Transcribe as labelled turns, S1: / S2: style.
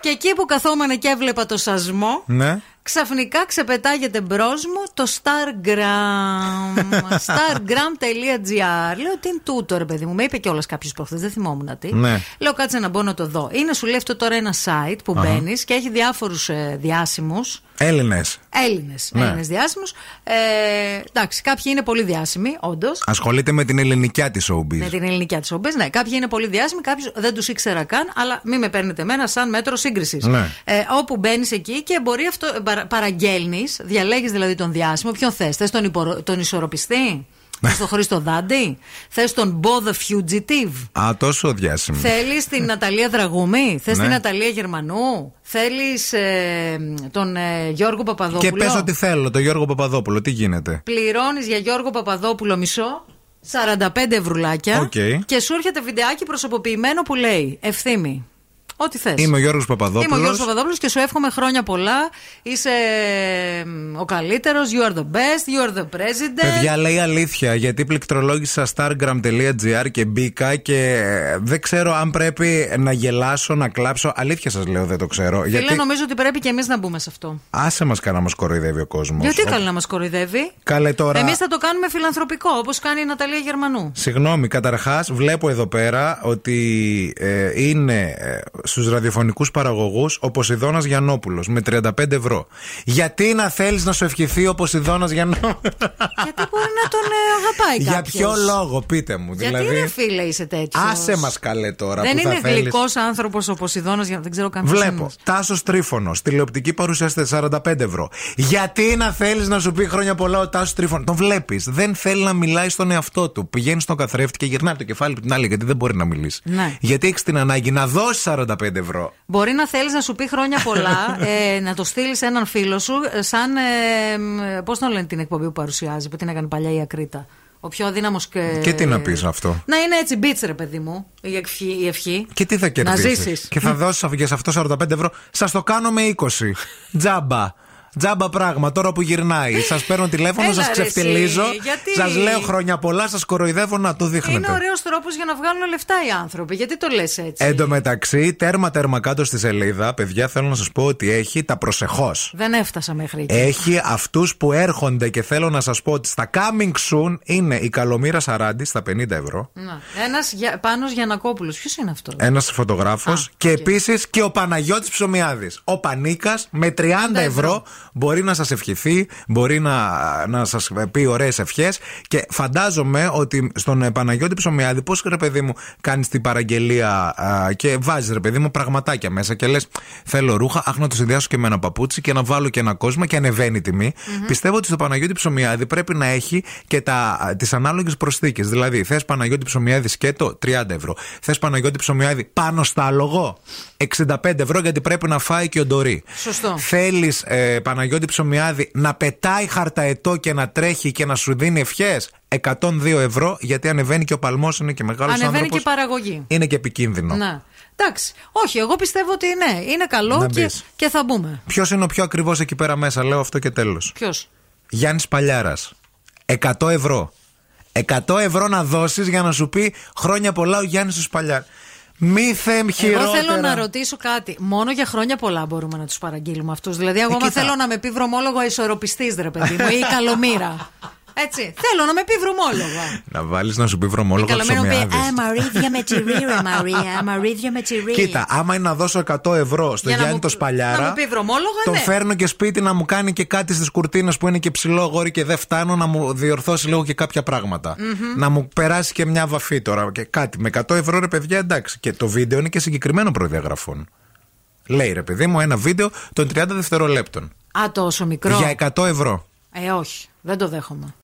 S1: Και εκεί που καθόμανε και έβλεπα το σασμό.
S2: Ναι.
S1: Ξαφνικά ξεπετάγεται μπρος μου το Stargram. Stargram.gr. Λέω τι είναι τούτο, ρε παιδί μου. Με είπε κιόλας κάποιος προχθές, δεν θυμόμουν τι.
S2: Ναι.
S1: Λέω κάτσε να μπω να το δω. Είναι σου λέει αυτό τώρα ένα site που
S2: Αχα.
S1: μπαίνεις και έχει διάφορους ε, διάσημους.
S2: Έλληνες.
S1: Έλληνες.
S2: Ναι.
S1: Έλληνες διάσημους. Ε, εντάξει, κάποιοι είναι πολύ διάσημοι, όντως.
S2: Ασχολείται με την ελληνικιά της showbiz.
S1: Με την ελληνική τη ομπέ, ναι. Κάποιοι είναι πολύ διάσημοι, κάποιους δεν τους ήξερα καν, αλλά μην με παίρνετε εμένα σαν μέτρο σύγκρισης.
S2: Ναι.
S1: Ε, όπου μπαίνεις εκεί και μπορεί αυτό. ε, Παραγγέλνεις, διαλέγεις δηλαδή τον διάσημο, ποιον θες. Θες τον, υπορο- τον ισορροπιστή,
S2: Ναι.
S1: θες τον Χρήστο Δάντη, θες τον Bo the Fugitive.
S2: Α, τόσο διάσημη.
S1: Θέλεις την Ναταλία Δραγούμη, θες
S2: Ναι.
S1: την Ναταλία Γερμανού, θέλεις τον ε, Γιώργο Παπαδόπουλο.
S2: Και πες ότι θέλω, το Γιώργο Παπαδόπουλο, τι γίνεται.
S1: Πληρώνεις για Γιώργο Παπαδόπουλο μισό. 45 ευρουλάκια.
S2: Οκ.
S1: Και σου έρχεται βιντεάκι προσωποποιημένο που λέει Ευθύμη. Ό,τι θες.
S2: Είμαι ο Γιώργος
S1: Είμαι ο Γιώργος
S2: Παπαδόπουλος.
S1: Παπαδόπουλο και σου εύχομαι χρόνια πολλά. Είσαι μ, ο καλύτερος. You are the best. You are the president.
S2: Παιδιά, λέει αλήθεια, γιατί πληκτρολόγησα stargram.gr και μπήκα και ε, δεν ξέρω αν πρέπει να γελάσω, να κλάψω. Αλήθεια σας λέω, δεν το ξέρω.
S1: Φίλε,
S2: γιατί
S1: νομίζω ότι πρέπει και εμείς να μπούμε σε αυτό.
S2: άσε μας κανένα μας κοροϊδεύει ο κόσμος.
S1: Γιατί καλά να μας κοροϊδεύει.
S2: Καλέ τώρα.
S1: Εμείς θα το κάνουμε φιλανθρωπικό, όπως κάνει η Ναταλία Γερμανού.
S2: Συγγνώμη, καταρχάς βλέπω εδώ πέρα ότι ε, είναι ε, στους ραδιοφωνικούς παραγωγούς ο Ποσειδώνα Γιανόπουλο με 35 ευρώ. Γιατί να θέλεις να σου ευχηθεί ο Ποσειδώνα Γιανόπουλο.
S1: Γιατί μπορεί να τον ε, αγαπάει κάποιο.
S2: Για ποιο λόγο, πείτε μου.
S1: Γιατί
S2: δηλαδή,
S1: ρε φίλε είσαι τέτοιος.
S2: άσε μας καλέ τώρα
S1: Δεν
S2: που
S1: είναι
S2: θα θέλεις.
S1: γλυκός άνθρωπος ο Ποσειδώνα, για δεν ξέρω καν ποιος
S2: Βλέπω.
S1: είναι.
S2: Τάσος Τρίφωνος. Τηλεοπτική παρουσιάστε 45 ευρώ. Γιατί να θέλεις να σου πει χρόνια πολλά ο Τάσος Τρίφωνος. Τον βλέπεις. Δεν θέλει να μιλάει στον εαυτό του. Πηγαίνει στον καθρέφτη και γυρνάει από το κεφάλι του την άλλη γιατί δεν μπορεί να μιλήσει.
S1: Ναι.
S2: Γιατί έχεις την ανάγκη να δώσεις 45 ευρώ.
S1: Μπορεί να θέλεις να σου πει χρόνια πολλά, ε, να το στείλεις σε έναν φίλο σου, ε, σαν. Ε, Πώς τον λένε την εκπομπή που παρουσιάζει, που την έκανε παλιά η Ακρίτα. Ο πιο αδύναμος και.
S2: Και τι να πεις αυτό.
S1: Να είναι έτσι μπίτς ρε παιδί μου, η ευχή. Η ευχή.
S2: Και τι θα κερδίσεις.
S1: ζήσεις.
S2: Και θα δώσεις για σε αυτό 45 ευρώ. Σας το κάνω με 20. Τζάμπα. Τζάμπα πράγμα, τώρα που γυρνάει. Σας παίρνω τηλέφωνο,
S1: Έλα,
S2: σας
S1: ρε, εσύ.
S2: ξεφτυλίζω.
S1: Γιατί?
S2: Σας λέω χρόνια πολλά, σας κοροϊδεύω να το δείχνετε.
S1: Είναι ωραίος τρόπος για να βγάλουν λεφτά οι άνθρωποι. Γιατί το λες έτσι.
S2: Εν τω μεταξύ, τέρμα τέρμα κάτω στη σελίδα, παιδιά, θέλω να σας πω ότι έχει τα προσεχώς.
S1: Δεν έφτασα μέχρι εκεί.
S2: Έχει αυτούς που έρχονται και θέλω να σας πω ότι στα coming soon είναι η Καλομήρα 40 στα 50 ευρώ.
S1: Ένας για, πάνω Γιανακόπουλος. Ποιος είναι αυτός.
S2: Ένας φωτογράφος
S1: Α,
S2: και
S1: οκ.
S2: επίσης και ο Παναγιώτης Ψωμιάδης. Ο Πανίκας με 30 ευρώ
S1: ευρώ.
S2: μπορεί να σας ευχηθεί, μπορεί να, να σας πει ωραίες ευχές. Και φαντάζομαι ότι στον ε, Παναγιώτη Ψωμιάδη, πώς ρε παιδί μου, κάνεις την παραγγελία α, και βάζεις ρε παιδί μου πραγματάκια μέσα και λες: Θέλω ρούχα, αχ να το συνδυάσω και με ένα παπούτσι και να βάλω και ένα κόσμο και ανεβαίνει η τιμή. Πιστεύω ότι στο Παναγιώτη Ψωμιάδη πρέπει να έχει και τα, τις ανάλογες προσθήκες. Δηλαδή, θες Παναγιώτη Ψωμιάδη σκέτο, 30 ευρώ. Θες Παναγιώτη Ψωμιάδη πάνω στα αλογό, 65 ευρώ γιατί πρέπει να φάει και ο Ντορί.
S1: Σωστό.
S2: Θέλεις ε, Παναγιώτη Ψωμιάδη να πετάει χαρταετό και να τρέχει και να σου δίνει ευχές, 102 ευρώ γιατί ανεβαίνει και ο παλμός είναι και μεγάλος
S1: Ανεβαίνει
S2: άνθρωπος.
S1: και Ναι. η παραγωγή.
S2: Είναι και επικίνδυνο.
S1: Να. Εντάξει. Όχι, εγώ πιστεύω ότι ναι. Είναι
S2: Να
S1: καλό και,
S2: μπεις.
S1: και θα μπούμε.
S2: Ποιος είναι ο πιο ακριβός εκεί πέρα μέσα, λέω αυτό και τέλος.
S1: Ποιος.
S2: Γιάννης Παλιάρας. 100 ευρώ. 100 ευρώ να δώσεις για να σου πει χρόνια πολλά ο Γιάννης τους Παλιάρα. Μη θέμ χειρότερα.
S1: Εγώ θέλω να ρωτήσω κάτι. Μόνο για χρόνια πολλά μπορούμε να τους παραγγείλουμε αυτούς. Δηλαδή, εγώ άμα
S2: Ε, κοίτα.
S1: θέλω να με πει βρωμόλογο ισορροπιστής, ρε παιδί μου, ή καλομήρα. Έτσι. Θέλω να με πει βρωμόλογο.
S2: Να βάλεις να σου πει βρωμόλογο
S1: Καλομήρα μου πει
S2: ψωμιάδης.
S1: Ε, Μαρίδια με τυρί, ρε Μαρία. Μαρίδια με τυρί.
S2: Κοίτα, άμα είναι να δώσω 100 ευρώ στο
S1: Για να
S2: Γιάννη
S1: μου-
S2: το Σπαλιάρα.
S1: να μου πει βρωμόλογα,
S2: Τον
S1: ναι.
S2: φέρνω και σπίτι να μου κάνει και κάτι στις κουρτίνες που είναι και ψηλό γόρι και δεν φτάνω να μου διορθώσει λίγο και κάποια πράγματα. Να μου περάσει και μια βαφή τώρα και κάτι. Με 100 ευρώ ρε παιδιά εντάξει. Και το βίντεο είναι και συγκεκριμένο προδιαγραφών. Λέει ρε παιδί μου ένα βίντεο των 30 δευτερολέπτων.
S1: Α, τόσο μικρό.
S2: Για 100 ευρώ.
S1: Ε, όχι. Δεν το δέχομαι.